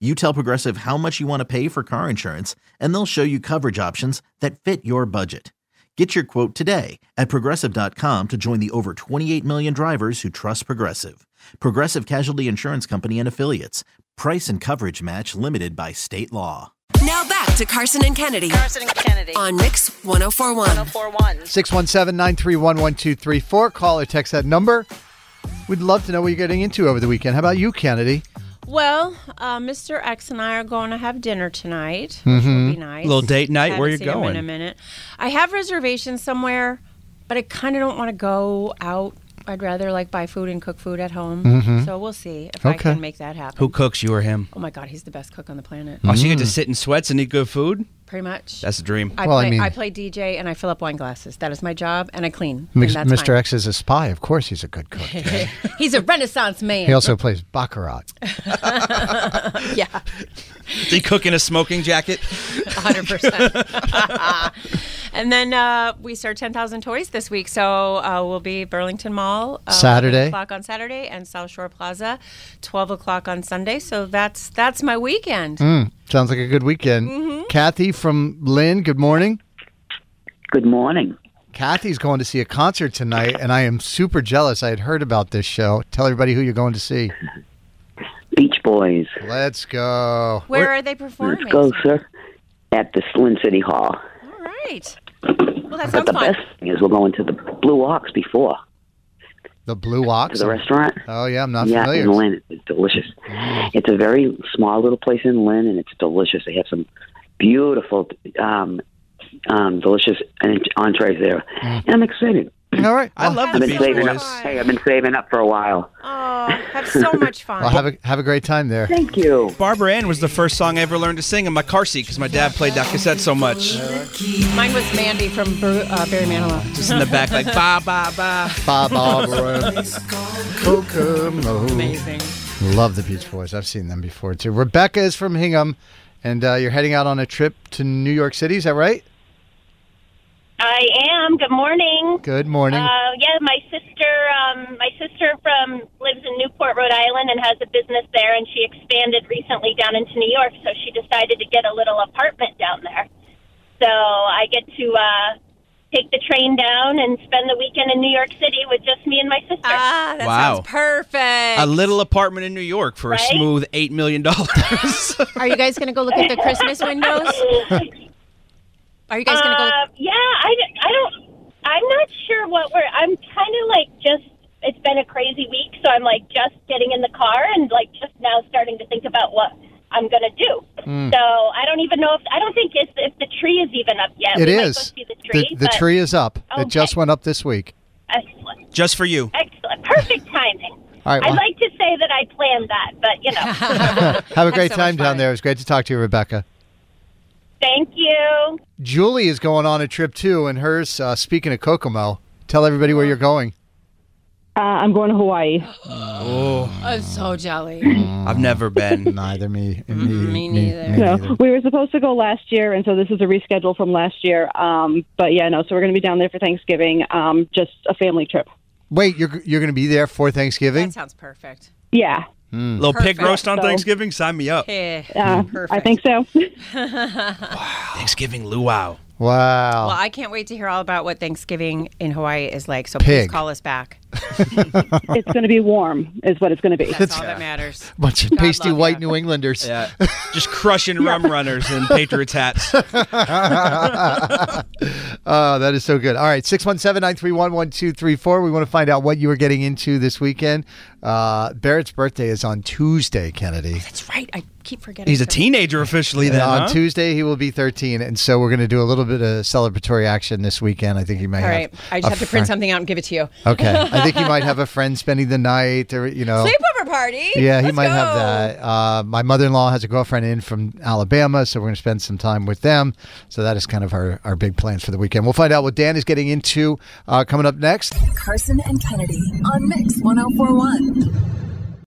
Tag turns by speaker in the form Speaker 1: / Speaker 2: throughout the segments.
Speaker 1: You tell Progressive how much you want to pay for car insurance, and they'll show you coverage options that fit your budget. Get your quote today at progressive.com to join the over 28 million drivers who trust Progressive. Progressive Casualty Insurance Company and Affiliates. Price and coverage match limited by state law.
Speaker 2: Now back to Carson and Kennedy
Speaker 3: Carson and Kennedy.
Speaker 2: on Mix 1041.
Speaker 3: 1041.
Speaker 4: 617 931 1234. Call or text that number. We'd love to know what you're getting into over the weekend. How about you, Kennedy?
Speaker 5: Well, uh, Mr. X and I are going to have dinner tonight, which will be nice.
Speaker 6: Mm-hmm. Little date night.
Speaker 5: Haven't
Speaker 6: Where you
Speaker 5: seen him
Speaker 6: going?
Speaker 5: in a minute. I have reservations somewhere, but I kind of don't want to go out. I'd rather like buy food and cook food at home. So we'll see if I
Speaker 4: Okay.
Speaker 5: can make that happen.
Speaker 6: Mm-hmm. Who cooks, you or him?
Speaker 5: Oh my God, he's the best cook on the planet.
Speaker 6: Oh, so you get to sit in sweats and eat good food?
Speaker 5: Pretty much.
Speaker 6: That's a dream.
Speaker 5: I,
Speaker 4: Well, I
Speaker 5: play, I,
Speaker 4: mean-
Speaker 5: play DJ and I fill up wine glasses. That is my job, and I clean. and
Speaker 4: Mix-
Speaker 5: that's
Speaker 4: Mr.
Speaker 5: fine.
Speaker 4: X is a spy. Of course, he's a good cook.
Speaker 5: He's a Renaissance man.
Speaker 4: he also plays Baccarat.
Speaker 5: yeah.
Speaker 6: Do you cook in a smoking jacket?
Speaker 5: hundred percent. And then uh, we start ten thousand toys this week, so uh, we'll be Burlington Mall uh,
Speaker 4: Saturday.
Speaker 5: 11 o'clock on Saturday, and South Shore Plaza, twelve o'clock on Sunday. So that's that's my weekend.
Speaker 4: Hmm. Sounds like a good weekend.
Speaker 5: Mm-hmm.
Speaker 4: Kathy from Lynn, good morning.
Speaker 7: Good morning.
Speaker 4: Kathy's going to see a concert tonight, and I am super jealous. I had heard about this show. Tell everybody who you're going to see.
Speaker 7: Beach Boys.
Speaker 4: Let's go.
Speaker 5: Where are they performing?
Speaker 7: Let's go, sir. At the Lynn City Hall.
Speaker 5: All right. Well, that
Speaker 7: But
Speaker 5: sounds
Speaker 7: the
Speaker 5: fun.
Speaker 7: best thing is we're going to the Blue Ox before
Speaker 4: The Blue
Speaker 7: to
Speaker 4: Ox.
Speaker 7: the restaurant.
Speaker 4: Oh, yeah, I'm not
Speaker 7: yeah,
Speaker 4: familiar.
Speaker 7: in Lynn. It's delicious. It's a very small little place in Lynn, and it's delicious. They have some beautiful, um, um, delicious en- entrees there. And I'm excited.
Speaker 4: All right.
Speaker 6: I
Speaker 4: Well,
Speaker 6: love
Speaker 7: I've
Speaker 6: the
Speaker 7: been
Speaker 6: Beach
Speaker 7: saving
Speaker 6: Boys.
Speaker 7: up. Hey, uh. I've been saving up for a while.
Speaker 5: Oh, have so much fun.
Speaker 4: well, have, a, have a great time there.
Speaker 7: Thank you.
Speaker 6: Barbara Ann was the first song I ever learned to sing in my car seat because my dad played that cassette so much.
Speaker 5: Mine was Mandy from Bru- uh, Barry Manilow.
Speaker 6: Just in the back, like, ba, ba, ba.
Speaker 4: Bob Barbara. Kokomo.
Speaker 5: Amazing.
Speaker 4: Love the Beach Boys. I've seen them before, too. Rebecca is from Hingham, and uh, you're heading out on a trip to New York City. Is that right?
Speaker 8: I am. Good morning.
Speaker 4: Good morning.
Speaker 8: Uh, yeah, my sister, um, my sister from lives in Newport, Rhode Island, and has a business there. And she expanded recently down into New York, so she decided to get a little apartment down there. So I get to uh, take the train down and spend the weekend in New York City with just me and my sister.
Speaker 5: Ah, that
Speaker 6: Wow.
Speaker 5: sounds perfect.
Speaker 6: A little apartment in New York for a
Speaker 8: Right?
Speaker 6: smooth $8 million.
Speaker 5: Are you guys going to go look at the Christmas windows? Are you guys going to go?
Speaker 8: Uh, yeah, I, d- I don't. I'm not sure what we're. I'm kind of like just. It's been a crazy week, so I'm like just getting in the car and like just now starting to think about what I'm gonna do.
Speaker 4: Hmm.
Speaker 8: So I don't even know if I don't think it's, if the tree is even up yet.
Speaker 4: It
Speaker 8: We might go
Speaker 4: is.
Speaker 8: see the tree.
Speaker 4: the, the
Speaker 8: but-
Speaker 4: tree is up. It just
Speaker 8: Okay.
Speaker 4: went up this week.
Speaker 8: Excellent.
Speaker 6: Just for you.
Speaker 8: Excellent. Perfect timing.
Speaker 4: All right, well-
Speaker 8: I'd like to say that I planned that, but you know.
Speaker 4: Have a great
Speaker 5: so much
Speaker 4: time down
Speaker 5: fun.
Speaker 4: there. It was great to talk to you, Rebecca.
Speaker 8: Thank you.
Speaker 4: Julie is going on a trip too, and hers. Uh, speaking of Kokomo, tell everybody where you're going.
Speaker 9: I'm going to Hawaii.
Speaker 5: I'm so jelly.
Speaker 6: I've never been.
Speaker 4: Neither me, me,
Speaker 5: Mm-hmm. me neither.
Speaker 9: No, we were supposed to go last year, and so this is a reschedule from last year. Um, but yeah, no, so we're going to be down there for Thanksgiving. Um, just a family trip.
Speaker 4: Wait, you're you're going to be there for Thanksgiving?
Speaker 5: That sounds perfect.
Speaker 9: Yeah,
Speaker 6: Little pig
Speaker 5: Perfect.
Speaker 6: roast on
Speaker 9: So-
Speaker 6: Thanksgiving? Sign me up.
Speaker 5: Eh.
Speaker 9: uh, I
Speaker 5: Perfect.
Speaker 9: think so.
Speaker 6: Thanksgiving luau.
Speaker 4: Wow.
Speaker 5: Well, I can't wait to hear all about what Thanksgiving in Hawaii is like. So
Speaker 4: Pig.
Speaker 5: please call us back.
Speaker 10: it's going to be warm, is what it's going to be.
Speaker 5: That's all that matters.
Speaker 4: Bunch of
Speaker 5: God
Speaker 4: pasty
Speaker 5: love
Speaker 4: white
Speaker 5: ya.
Speaker 4: New Englanders.
Speaker 6: Yeah, just crushing rum runners and Patriots hats.
Speaker 4: Uh, that is so good. All right, 617-931-1234. We want to find out what you are getting into this weekend. Uh, Barrett's birthday is on Tuesday, Kennedy.
Speaker 5: That's right. I keep forgetting.
Speaker 6: He's a
Speaker 5: to-
Speaker 6: teenager officially then.
Speaker 4: And on
Speaker 6: huh?
Speaker 4: Tuesday, he will be 13, and so we're going to do a little bit of celebratory action this weekend. I think he might
Speaker 5: All
Speaker 4: have.
Speaker 5: right. I just
Speaker 4: a
Speaker 5: have to print
Speaker 4: friend-
Speaker 5: something out and give it to you.
Speaker 4: Okay, I think he might have a friend spending the night, or you know,
Speaker 5: Sleepover party.
Speaker 4: Yeah, he
Speaker 5: Let's
Speaker 4: might have
Speaker 5: go.
Speaker 4: that. Uh, my mother in law has a girlfriend in from Alabama, so we're going to spend some time with them. So that is kind of our, our big plans for the weekend. We'll find out what Dan is getting into uh, coming up next.
Speaker 11: Carson and Kennedy on Mix 1041.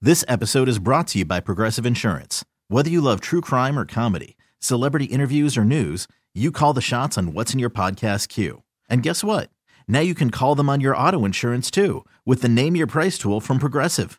Speaker 1: This episode is brought to you by Progressive Insurance. Whether you love true crime or comedy, celebrity interviews or news, you call the shots on what's in your podcast queue. And guess what? Now you can call them on your auto insurance too with the Name Your Price tool from Progressive.